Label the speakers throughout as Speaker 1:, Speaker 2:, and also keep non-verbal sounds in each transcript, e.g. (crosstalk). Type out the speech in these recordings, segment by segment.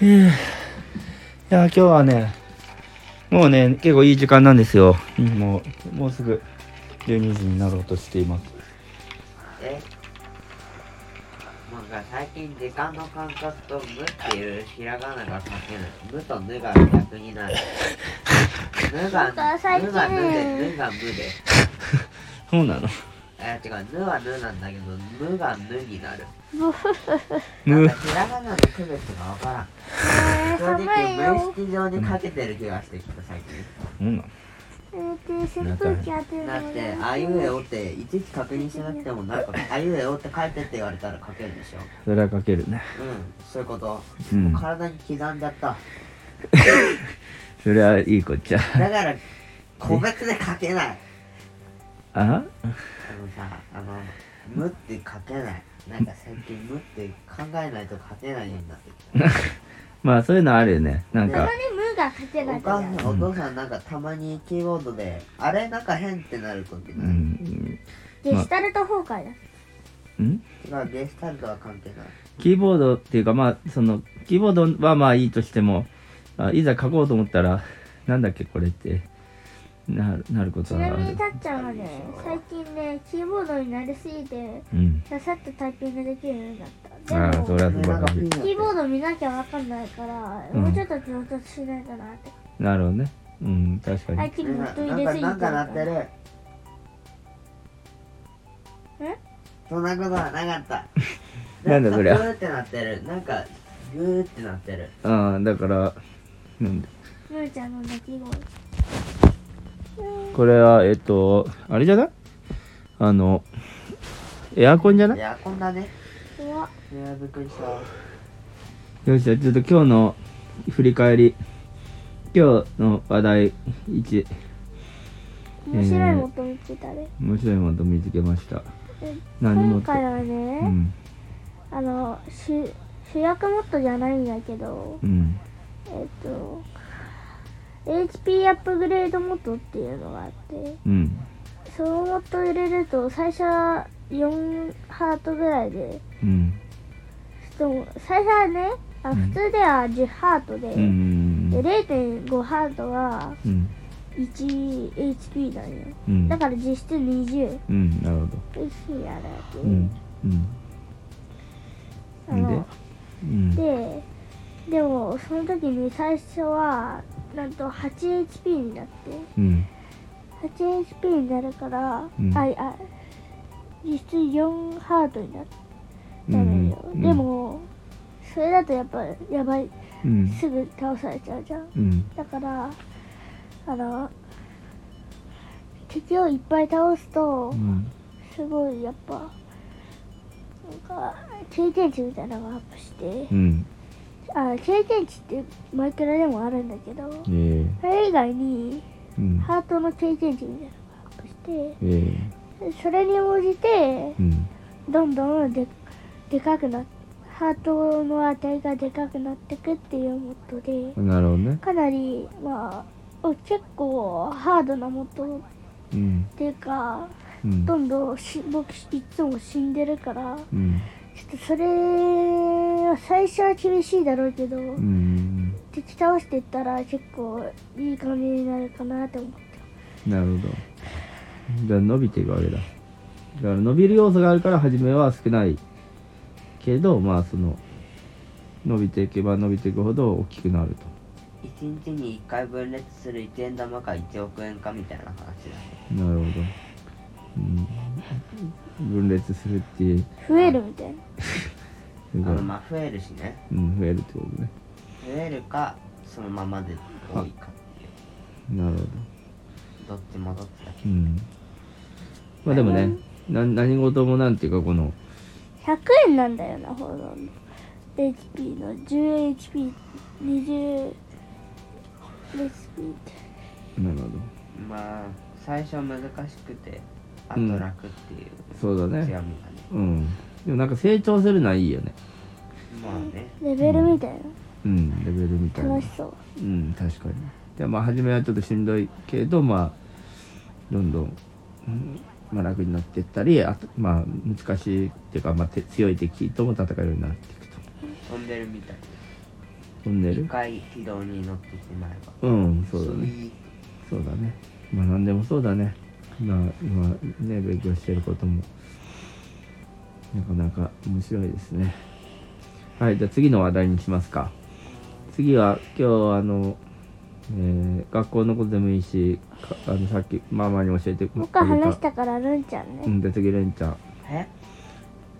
Speaker 1: いや今日はねもうね結構いい時間なんですようんもうもうすぐ12時になろうとしています
Speaker 2: えなんか最近時間の感覚と「無」っていうひらがなが書けない「無」と「ぬ」が逆になる「ぬ」が「
Speaker 3: な
Speaker 2: ぬ」
Speaker 3: んか最近
Speaker 2: が「ぬ」で「ぬ」が「無」で
Speaker 1: そうなの
Speaker 2: え違う「ぬ」は「ぬ」なんだけど「無」が「ぬ」になるなん
Speaker 1: む
Speaker 2: かひらがなの区別がわからん
Speaker 3: えー、
Speaker 2: 正
Speaker 3: 寒
Speaker 2: 直
Speaker 3: い
Speaker 2: 無意
Speaker 3: よ。
Speaker 2: 識上にかけてる気がしてきた最近
Speaker 1: そうなの
Speaker 3: えー、で扇風機当てる
Speaker 2: だ
Speaker 3: の
Speaker 2: って
Speaker 3: ね
Speaker 2: 「あいうえお」っていちいち確認しなくてもなんか「あいうえお」って書いてって言われたら書けるでしょ
Speaker 1: それはかけるね
Speaker 2: うんそういうこと、
Speaker 1: うん
Speaker 2: もう体に刻んじゃった
Speaker 1: それはいいこっちゃ
Speaker 2: だから個別で書けない
Speaker 1: あ
Speaker 2: あのさあの「無」って書けないなんか最近「無」って考えないと書けないようになってき
Speaker 1: まあそういうのあるよねなん
Speaker 3: た
Speaker 1: か
Speaker 3: まに無が勝
Speaker 2: た
Speaker 3: てな
Speaker 2: お
Speaker 3: いから
Speaker 2: 母さんお父さんなんかたまにキーボードで「あれなんか変」ってなる時
Speaker 1: う
Speaker 2: ない、
Speaker 1: ん
Speaker 3: デジタルト崩壊だ。
Speaker 1: うん
Speaker 2: だからゲスタルトは関係ない
Speaker 1: キーボードっていうかまあそのキーボードはまあいいとしてもあいざ書こうと思ったらなんだっけこれってななるこ
Speaker 3: ち
Speaker 1: とはあ
Speaker 3: な
Speaker 1: る
Speaker 3: みにたっちゃんはね、最近ね、キーボードになりすぎて、
Speaker 1: うん
Speaker 3: ささっとタイピングできるようになった。
Speaker 1: あ
Speaker 3: で
Speaker 1: あそ
Speaker 3: も、
Speaker 1: れは素
Speaker 2: 上
Speaker 1: 晴
Speaker 2: なんから
Speaker 1: し
Speaker 2: ピン
Speaker 1: い
Speaker 2: やっ
Speaker 3: キ
Speaker 2: て
Speaker 3: ーボード見なきゃわかんないから、
Speaker 1: うん
Speaker 3: もうちょっと上達しないとなって。
Speaker 1: なるほどねうん確か
Speaker 3: 最
Speaker 1: に
Speaker 3: 近
Speaker 2: 上
Speaker 3: も
Speaker 2: な
Speaker 3: 人
Speaker 2: な
Speaker 3: 入
Speaker 2: ん
Speaker 3: れ
Speaker 2: か
Speaker 3: すぎて
Speaker 2: な
Speaker 3: る
Speaker 2: ん
Speaker 3: か
Speaker 2: か鳴って
Speaker 3: ら。
Speaker 2: る
Speaker 3: え
Speaker 2: そんなことはなかった
Speaker 1: なんだそりゃ
Speaker 2: グーってなってるなんかグーってなってる
Speaker 1: ああだからなんだ
Speaker 3: むーちゃんの鳴き声。
Speaker 1: これはえっとあれじゃないあのエアコンじゃない
Speaker 2: いやこんなね
Speaker 3: 怖っ
Speaker 2: いやびっくりした
Speaker 1: よしじゃあちょっと今日の振り返り今日の話題1
Speaker 3: 面白いもと見つけたね。
Speaker 1: 面白いもの見つけました
Speaker 3: え
Speaker 1: 何も
Speaker 3: 今
Speaker 1: と
Speaker 3: 回はね、
Speaker 1: うん
Speaker 3: あの主主役モッドじゃないんだけど、
Speaker 1: うん
Speaker 3: えっと HP アップグレードモッドっていうのがあって
Speaker 1: うん
Speaker 3: そのモッド入れると最初は4ハートぐらいで
Speaker 1: うん
Speaker 3: でも最初はねあ
Speaker 1: うん
Speaker 3: 普通では10ハートで,、
Speaker 1: うんうん
Speaker 3: で0.5ハートは
Speaker 1: うん
Speaker 3: 1HP なんよ
Speaker 1: うん
Speaker 3: だから実質 20HP
Speaker 1: うんなるほど
Speaker 3: やるわけ、
Speaker 1: うんう
Speaker 3: あ
Speaker 1: ん
Speaker 3: の
Speaker 1: うんで
Speaker 3: ででもその時に最初はなんと 8HP になって
Speaker 1: うん
Speaker 3: 8HP になるから、
Speaker 1: うん
Speaker 3: あいあ実質4ハートになっ
Speaker 1: う
Speaker 3: たの
Speaker 1: ん
Speaker 3: よ、
Speaker 1: うん
Speaker 3: でもそれだとやっぱやばい
Speaker 1: うん
Speaker 3: すぐ倒されちゃうじゃん
Speaker 1: うん
Speaker 3: だからあの敵をいっぱい倒すと
Speaker 1: うん
Speaker 3: すごいやっぱなんか経験値みたいなのがアップして、
Speaker 1: うん
Speaker 3: あ経験値ってマイクラでもあるんだけど
Speaker 1: ええ
Speaker 3: それ以外に
Speaker 1: うん
Speaker 3: ハートの経験値みたいなのがアップして
Speaker 1: ええ
Speaker 3: でそれに応じて
Speaker 1: うん
Speaker 3: どんどんででかくなっハートの値がでかくなってくっていうモッドで
Speaker 1: なるほどね
Speaker 3: かなりまあお結構ハードなモッドっ
Speaker 1: うん
Speaker 3: ていうか
Speaker 1: うん
Speaker 3: どんどんし僕いつも死んでるから
Speaker 1: うん
Speaker 3: ちょっとそれは最初は厳しいだろうけど、
Speaker 1: うん
Speaker 3: 敵倒していったら結構いい感じになるかなって思って
Speaker 1: なるほどじゃあ伸びていくわけだだから伸びる要素があるから初めは少ないけどまあその伸びていけば伸びていくほど大きくなると
Speaker 2: 1日に1回分裂する1円玉か1億円かみたいな話だ
Speaker 1: なるほど、うん、分裂するっていう
Speaker 3: 増えるみたいな
Speaker 1: す
Speaker 2: あ
Speaker 1: ごい
Speaker 2: のまあ増えるしね
Speaker 1: うん、増えるってことね
Speaker 2: 増えるかそのままで多いかっていう
Speaker 1: なるほど
Speaker 2: どっちもどっちだ
Speaker 1: う
Speaker 2: け
Speaker 1: んまあでもねな何事もなんていうかこの
Speaker 3: 100円なんだよなほど HP の 10HP20HP って
Speaker 1: なるほど
Speaker 2: まあ最初難しくてあと楽っていう
Speaker 1: そうだ
Speaker 2: 強み
Speaker 1: ね
Speaker 2: がね、
Speaker 1: うんでもなんか成長するのはいいよね
Speaker 2: まあね
Speaker 3: レベルみたい
Speaker 1: うんレベルみた
Speaker 3: ない
Speaker 1: な
Speaker 3: 楽しそう
Speaker 1: うん確かにでまあ初めはちょっとしんどいけどまあどんどん、うんまあ、楽になっていったりあとまあ難しいっていうか、まあ、て強い敵とも戦えるようになっていくと
Speaker 2: 飛んでるみたい
Speaker 1: トンネ
Speaker 2: 一
Speaker 1: ル
Speaker 2: 回軌道に乗ってしまえば
Speaker 1: うんそうだねそうだねまあ何でもそうだねまあ今ね勉強してることもなかなか面白いですねはいじゃあ次の話題にしますか次は今日あの、えー学校のことでもいいしかあのさっきママに教えてくれ
Speaker 3: 僕は話したからるんちゃんね、
Speaker 1: うんで次レンちゃん
Speaker 2: え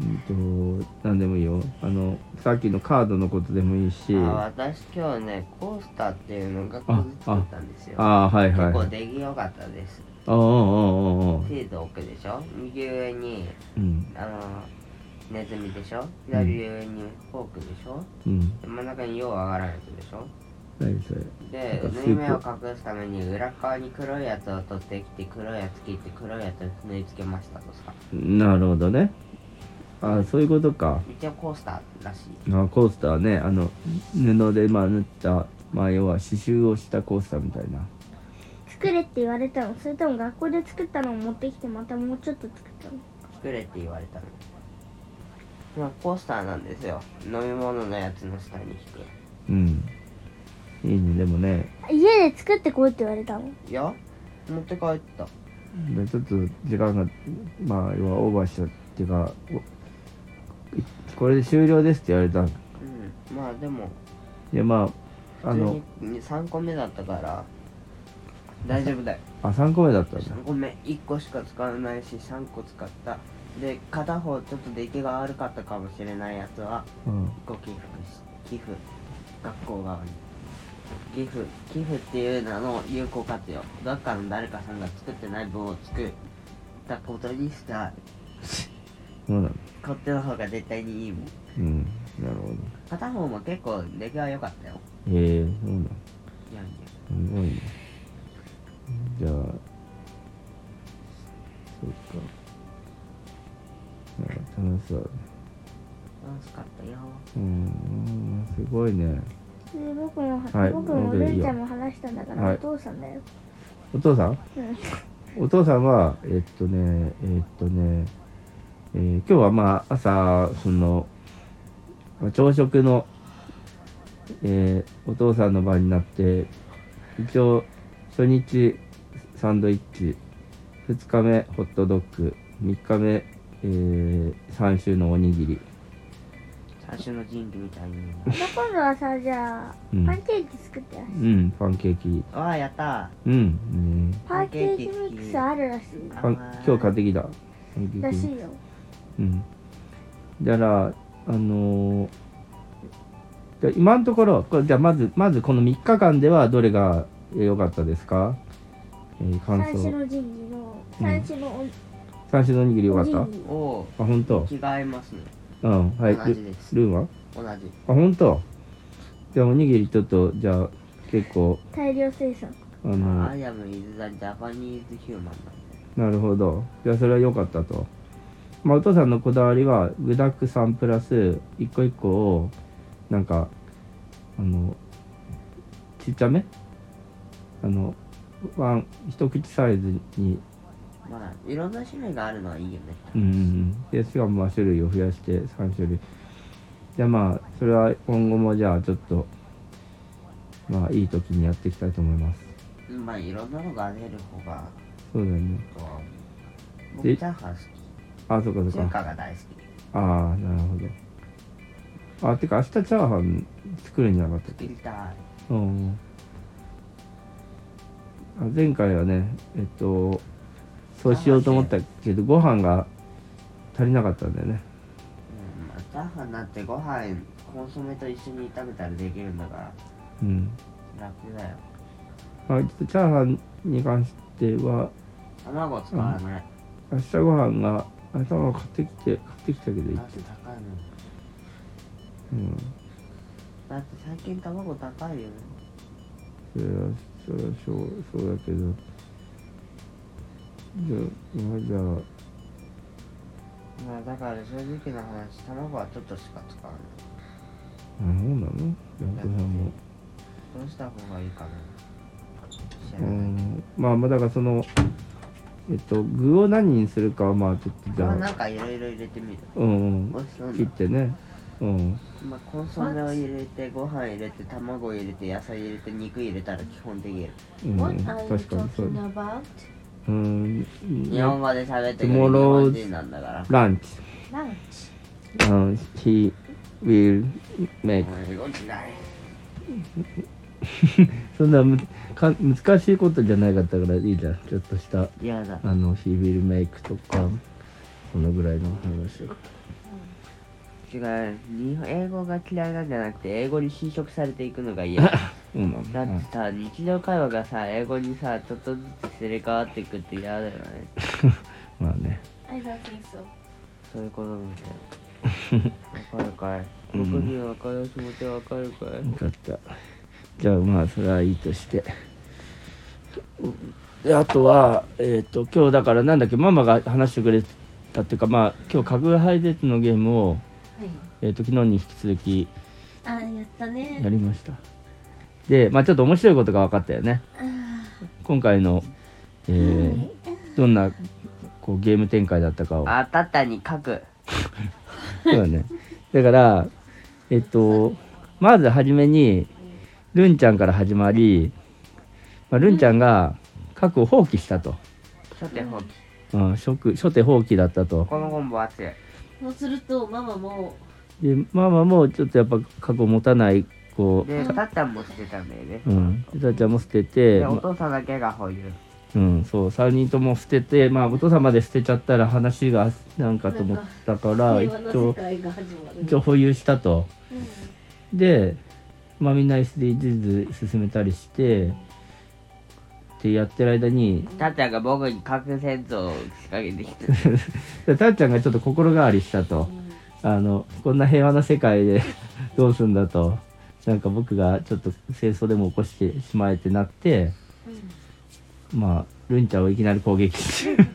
Speaker 1: うんと何でもいいよあのさっきのカードのことでもいいし
Speaker 2: あ私今日ねコースターっていうのがこずつったんですよ
Speaker 1: ああーはいはい
Speaker 2: 結構
Speaker 1: はい
Speaker 2: 出来良かったです
Speaker 1: ああああああ
Speaker 2: シード置くでしょ右上に
Speaker 1: うん
Speaker 2: あのネズミでしょ左上にフォークでしょ
Speaker 1: うん
Speaker 2: 真ん中にようわからんやつでしょ
Speaker 1: 何それ
Speaker 2: で
Speaker 1: なんかスープ
Speaker 2: 縫い目を隠すために裏側に黒いやつを取ってきて黒いやつ切って黒いやつを縫い付けましたとさ
Speaker 1: なるほどねああそういうことか
Speaker 2: 一応コースターらしい
Speaker 1: あコースターねあの布でまあ縫ったまあ要は刺繍をしたコースターみたいな
Speaker 3: 作れって言われたのそれとも学校で作ったのを持ってきてまたもうちょっと作ったの
Speaker 2: 作れって言われたのまあコースターなんですよ飲み物のやつの下に引く
Speaker 1: うんいいねでもね
Speaker 3: 家で作ってこいって言われたの
Speaker 2: いや持って帰った
Speaker 1: でちょっと時間がまあ要はオーバーしたっていうかおこれで終了ですって言われたの
Speaker 2: うんまあでも
Speaker 1: でまああの
Speaker 2: 普通に3個目だったから大丈夫だよ
Speaker 1: あ3個目だったんだ
Speaker 2: 3個目1個しか使わないし3個使ったで片方ちょっと出来が悪かったかもしれないやつは
Speaker 1: うん
Speaker 2: ご寄付し寄付学校側に寄付寄付っていう名の有効活用学科の誰かさんが作ってない分を作ったことにした
Speaker 1: そうなの
Speaker 2: こっちの方が絶対にいいもん
Speaker 1: うんなるほど
Speaker 2: 片方も結構出来は良かったよ
Speaker 1: へえそうなの
Speaker 2: いやいや
Speaker 1: すごいねじゃあそうかなんか楽しそうだね
Speaker 2: 楽しかったよ
Speaker 1: うんすごいね
Speaker 3: で僕も、
Speaker 1: はい
Speaker 3: 僕も
Speaker 1: 僕で
Speaker 3: る
Speaker 1: いい
Speaker 3: ん
Speaker 1: よ
Speaker 3: ちゃんも話したんだから、
Speaker 1: はい
Speaker 3: お父さんだよ、
Speaker 1: お父さん
Speaker 3: うん
Speaker 1: お父さんはえっとねえっとね、えー今日はまあ朝そのまあ朝食の、えーお父さんの番になって一応初日サンドイッチ2日目ホットドッグ3日目、えー、3種のおにぎり
Speaker 2: 最初の人類みたいに
Speaker 3: じゃあ今度はさじゃあ、
Speaker 1: うん
Speaker 3: パンケーキ作ってよ
Speaker 1: うんパンケーキ
Speaker 2: わあやった
Speaker 1: うんね
Speaker 3: パンケーキミックスあるらしい
Speaker 1: パン今日買ってきたパンケーキ
Speaker 3: らしいよ
Speaker 1: うん、だからあのーじゃあ今のところこれじゃあまずまずこの3日間ではどれがえー良かったですか、えー感
Speaker 3: 三種
Speaker 1: 想
Speaker 3: の神器の
Speaker 1: うん
Speaker 3: 三種のお,、
Speaker 1: 三種のおにぎり良か
Speaker 3: お
Speaker 1: ったあ
Speaker 3: 神器
Speaker 2: おお
Speaker 1: 本当
Speaker 2: 着替えますね
Speaker 1: うんはい
Speaker 2: 同じです
Speaker 1: ルルーンは
Speaker 2: 同じ
Speaker 1: あ本当じゃあおにぎりちょっとじゃあ結構
Speaker 3: 大量生産
Speaker 1: あの
Speaker 2: アイアム・イズ・ザ・ジャパニーズ・ヒューマンなんで
Speaker 1: なるほどじゃあそれは良かったと、まあ、お父さんのこだわりは具だくさんプラス一個一個をなんかあのちっちゃめあのワン一口サイズに
Speaker 2: まあいろんな種類があるのはいいよね
Speaker 1: うんでしかもまあ種類を増やして3種類じゃあまあそれは今後もじゃあちょっとまあいい時にやっていきたいと思います
Speaker 2: まあいろんなのが出る方が
Speaker 1: そうだよね
Speaker 2: とは思う
Speaker 1: で
Speaker 2: 僕チャーハン好
Speaker 1: あそうかそう
Speaker 2: き中
Speaker 1: か
Speaker 2: 華が大好
Speaker 1: ああなるほどあてか明日チャーハン作るんじゃなかったっ
Speaker 2: き
Speaker 1: け
Speaker 2: 作りたい
Speaker 1: うんあ前回はねえっとそうしようと思ったけどご飯が足りなかったんだよね
Speaker 2: うんまあチャーハンなんてご飯コンソメと一緒に炒めたらできるんだから
Speaker 1: うん、
Speaker 2: 楽だよ
Speaker 1: まあ、ちょっとチャーハンに関しては
Speaker 2: 卵使わない
Speaker 1: 明日ご飯が頭を買ってきて買ってきたけどいい
Speaker 2: だって高いもん
Speaker 1: うん
Speaker 2: だって最近卵高いよね
Speaker 1: それはそれはそうそうだけどじゃあまあじゃあ
Speaker 2: まあだから正直な話卵はちょっとしか使わない
Speaker 1: あそうなのじゃあお父さんも
Speaker 2: どうした方がいいかな知ら
Speaker 1: う
Speaker 2: ないけど
Speaker 1: んまあまあだからそのえっと具を何にするかはまあちょっとじ
Speaker 2: まあな
Speaker 1: ゃ
Speaker 2: ん
Speaker 1: あ
Speaker 2: かいろいろ入れてみる
Speaker 1: うんうん
Speaker 2: 美味しそうな
Speaker 1: 切ってねうん
Speaker 2: まあ、コンソメを入れてご飯入れて卵入れて野菜入れて肉入れたら基本できる
Speaker 1: う
Speaker 4: What
Speaker 1: ん
Speaker 4: are you
Speaker 1: 確かにそう
Speaker 4: talking about?
Speaker 1: うん
Speaker 2: 日本語で喋ってくる日
Speaker 1: Tomorrow's-
Speaker 2: 本人なんだから
Speaker 1: ランチ
Speaker 4: Lunch.
Speaker 1: うん he will make
Speaker 2: もう動きない
Speaker 1: そんなむか難しいことじゃなかったからいいじゃんちょっとした
Speaker 2: 嫌だ
Speaker 1: あの he will make とかこのぐらいの話を
Speaker 2: 違う日本英語が嫌いなんじゃなくて英語に侵食されていくのが嫌だ
Speaker 1: そうなんだ
Speaker 2: ってさ日常会話がさ英語にさちょっとずつすれ替わっていくって嫌
Speaker 1: (laughs)
Speaker 2: だよね
Speaker 1: まあね
Speaker 4: I don't think so.
Speaker 2: そういうことみ
Speaker 1: (laughs)
Speaker 2: たいわかるかい僕
Speaker 1: うん
Speaker 2: にはわかる気持ちはわかるかい、
Speaker 1: よかったじゃあまあそれはいいとしてであとはえっ、と今日だからなんだっけママが話してくれたっていうかまあ今日「かぐやハイデート」のゲームを、
Speaker 4: はい。
Speaker 1: えー、と昨日に引き続き
Speaker 4: あ、やった
Speaker 1: や
Speaker 4: ね。
Speaker 1: りましたでまあちょっと面白いことが分かったよね今回の、えーどんなこうゲーム展開だったかを
Speaker 2: あたたに書く
Speaker 1: そうだね。だから、えっと、まずはじめに、ルンちゃんから始まり、まあ、ルンちゃんが核を放棄したと。
Speaker 2: 初手放棄
Speaker 1: うん、初手初手放棄だったと。
Speaker 2: このコンボ熱い
Speaker 4: そうすると、ママも、
Speaker 1: で、ママもちょっとやっぱ核を持たない、こ
Speaker 2: でたっちゃんも捨てたんだよね
Speaker 1: う、うん、でたっちゃんも捨てて、
Speaker 2: でお
Speaker 1: ま
Speaker 2: 父さんだけが保有
Speaker 1: うん、そう、3人とも捨てて、まあ、お父さんまで捨てちゃったら話がなんかと思ったから、
Speaker 4: 平
Speaker 1: 一
Speaker 4: 和な世
Speaker 1: 応、
Speaker 4: 界が始まる。
Speaker 1: 一応保有したと。
Speaker 4: うん
Speaker 1: で、まあ、みんな SDGs 進めたりしてってやってる間に
Speaker 2: たっちゃんが僕に核戦争を仕掛けてきて
Speaker 1: でたっちゃんがちょっと心変わりしたとあのこんな平和な世界で (laughs) どうすんだとなんか僕がちょっと戦争でも起こしてしまえってなってまあルンちゃんをいきなり攻撃して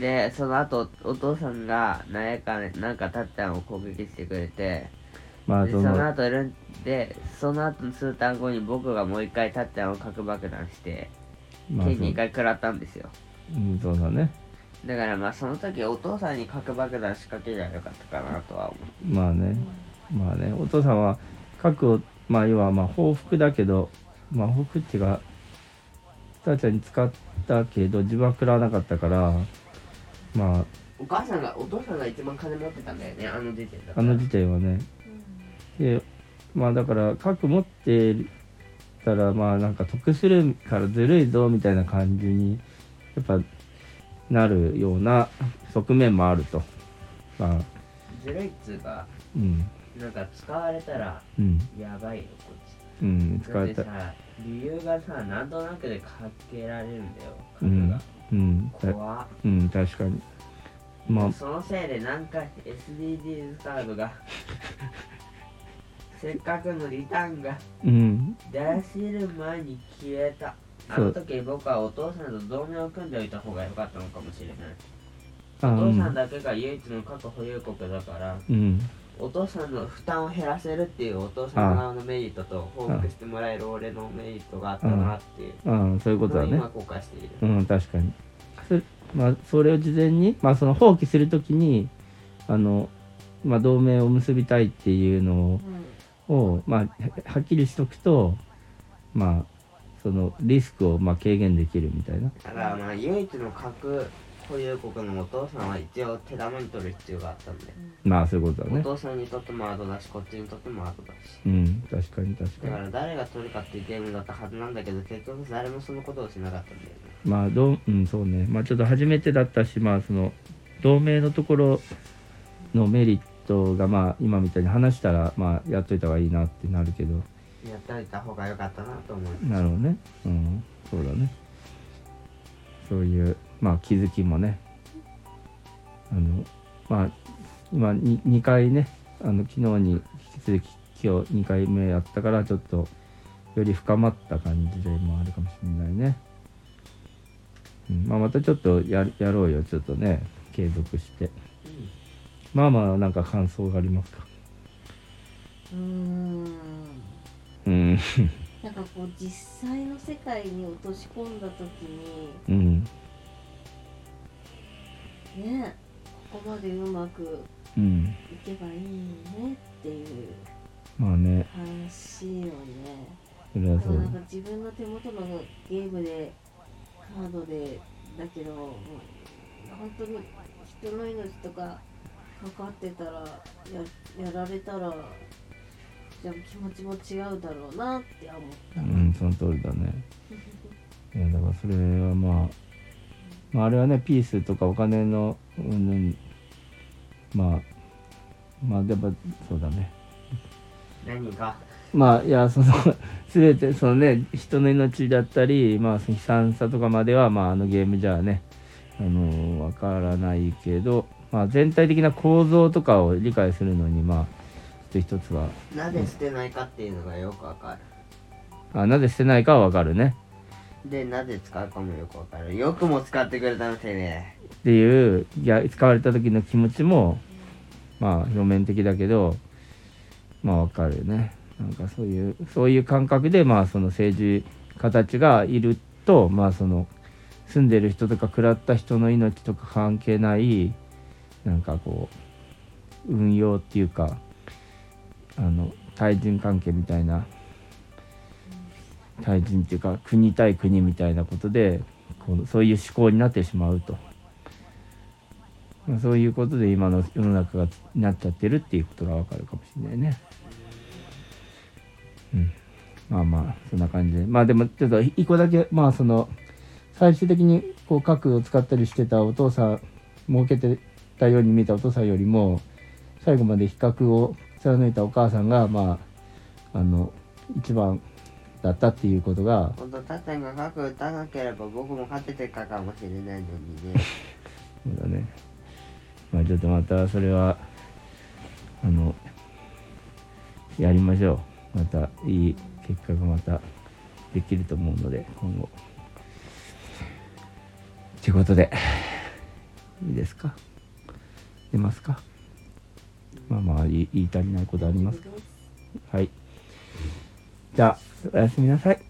Speaker 2: でその後お父さんがなんやかねなんかたっちゃんを攻撃してくれて
Speaker 1: (laughs) まあ
Speaker 2: で
Speaker 1: そ
Speaker 2: その
Speaker 1: の
Speaker 2: 後ルンでその後数単後に僕がもう一回たっちゃんを核爆弾して
Speaker 1: まあそ
Speaker 2: 手に一
Speaker 1: う
Speaker 2: 回食らったんですよ
Speaker 1: うんそうだね
Speaker 2: だからまあその時お父さんに核爆弾仕掛けりゃよかったかなとは思
Speaker 1: まあねまあねお父さんは核をまあ要はまあ報復だけどまあ報復っていうかたーちゃんに使ったけど自分は食らわなかったからまあ
Speaker 2: うお母さんがお父さんが一番金持ってたんだよねあの時点だ
Speaker 1: あの時点はねでまあだから核持ってたらまあなんか得するからずるいぞみたいな感じにやっぱなるような側面もあるとまあ
Speaker 2: ずるいっつうか
Speaker 1: うん
Speaker 2: なんか使われたら
Speaker 1: うん
Speaker 2: やばいよこっち
Speaker 1: うん使
Speaker 2: だっ
Speaker 1: え
Speaker 2: て
Speaker 1: た
Speaker 2: さ理由がさなんとなくでかけられるんだよ
Speaker 1: う
Speaker 2: 核
Speaker 1: ん
Speaker 2: が、
Speaker 1: うんた
Speaker 2: 怖っ
Speaker 1: うん確かにまあ
Speaker 2: そのせいでなんか SDGs カー
Speaker 1: (laughs)
Speaker 2: ドがせっかくのリターンが
Speaker 1: うん
Speaker 2: 出しる前に消えたあ
Speaker 1: そう
Speaker 2: の時僕はお父さんと同盟を組んでおいた方が良かったのかもしれない
Speaker 1: あ
Speaker 2: お父さん
Speaker 1: う
Speaker 2: だけが唯一の核保有国だから
Speaker 1: ん
Speaker 2: お父さんの負担を減らせるっていうお父さん側のメリットと報復してもらえる俺のメリットがあったなっていう
Speaker 1: うんそういうことだね
Speaker 2: 今後悔している
Speaker 1: うん確かにそ,、まあ、それを事前に、まあ、その放棄するときにあの、まあ、同盟を結びたいっていうのをを、まあ、ははっきりしとくとまあそのリスクをまあ軽減できるみたいな
Speaker 2: ただまあ唯一の核保有国のお父さんは一応手玉に取る必要があったんで、
Speaker 1: まあそういうことだ
Speaker 2: お
Speaker 1: ね
Speaker 2: 父さんにとってもアドだしこっちにとってもアドだし
Speaker 1: うん確かに確か
Speaker 2: だ
Speaker 1: に
Speaker 2: から誰が取るかっていうゲームだったはずなんだけど結局誰もそのことをしなかったんだよね
Speaker 1: まあどううんそうねまあちょっと初めてだったしまあその同盟のところのメリットがまあ今みたいに話したらまあやっといた方がいいなってなるけど
Speaker 2: やっておいた方が良かったなと思う
Speaker 1: なるほどねうんそうだねそういうまあ気づきもねあのまあ今 2, 2回ねあの昨日に引き続き今日2回目やったからちょっとより深まった感じでもあるかもしれないね、うんまあ、またちょっとややろうよちょっとね継続してまあまあなんか感想がありますか
Speaker 4: うーん。
Speaker 1: うん
Speaker 4: なんかこう実際の世界に落とし込んだ時に
Speaker 1: うん
Speaker 4: ねここまでうまく
Speaker 1: うん
Speaker 4: いけばいいねっっていう
Speaker 1: まあね
Speaker 4: 話をね
Speaker 1: それは
Speaker 4: あ
Speaker 1: そ
Speaker 4: となんか
Speaker 1: う
Speaker 4: 自分の手元のゲームでカードでだけどもう本当に人の命とかかかってたらややられたらじゃあ気持ちも違うだろうなって思った、
Speaker 1: うんその通りだねいやだからそれはまあ、まあ、あれはねピースとかお金のうんまあまあやっぱそうだね
Speaker 2: 何か
Speaker 1: まあいやその (laughs) 全てそのね人の命だったり、まあ、悲惨さとかまでは、まあ、あのゲームじゃねあのわからないけど、まあ、全体的な構造とかを理解するのにまあちょっと一つは
Speaker 2: なぜ捨てないかっていうのがよくわか
Speaker 1: あなぜ捨てないかはわかるね
Speaker 2: るでなぜ使うかもよくわかるよくも使ってくれたのてね
Speaker 1: っていういや使われた時の気持ちもまあ表面的だけどまあわかるよねなんかそういうそういう感覚でまあその政治家たちがいるとまあその住んでる人とか食らった人の命とか関係ないなんかこう運用っていうかあの対人関係みたいな対人っていうか国対国みたいなことでこうそういう思考になってしまうと。まあそういうことで今の世の中がなっちゃってるっていうことがわかるかもしれないね。うん。まあまあ、そんな感じで。まあでも、ちょっと一個だけ、まあその、最終的にこう核を使ったりしてたお父さん、儲けてたように見えたお父さんよりも、最後まで比較を貫いたお母さんが、まあ、あの、一番だったっていうことが、
Speaker 2: ほんとたっちゃんが核打たなければ僕も勝ててたかもしれないのにね
Speaker 1: そうだね。まあちょっとまたそれは、あの、やりましょう。またいい結果がまたできると思うので、今後。ということで、いいですか出ますかまあまあ、い言い足りないことありますかはい。じゃあ、おやすみなさい。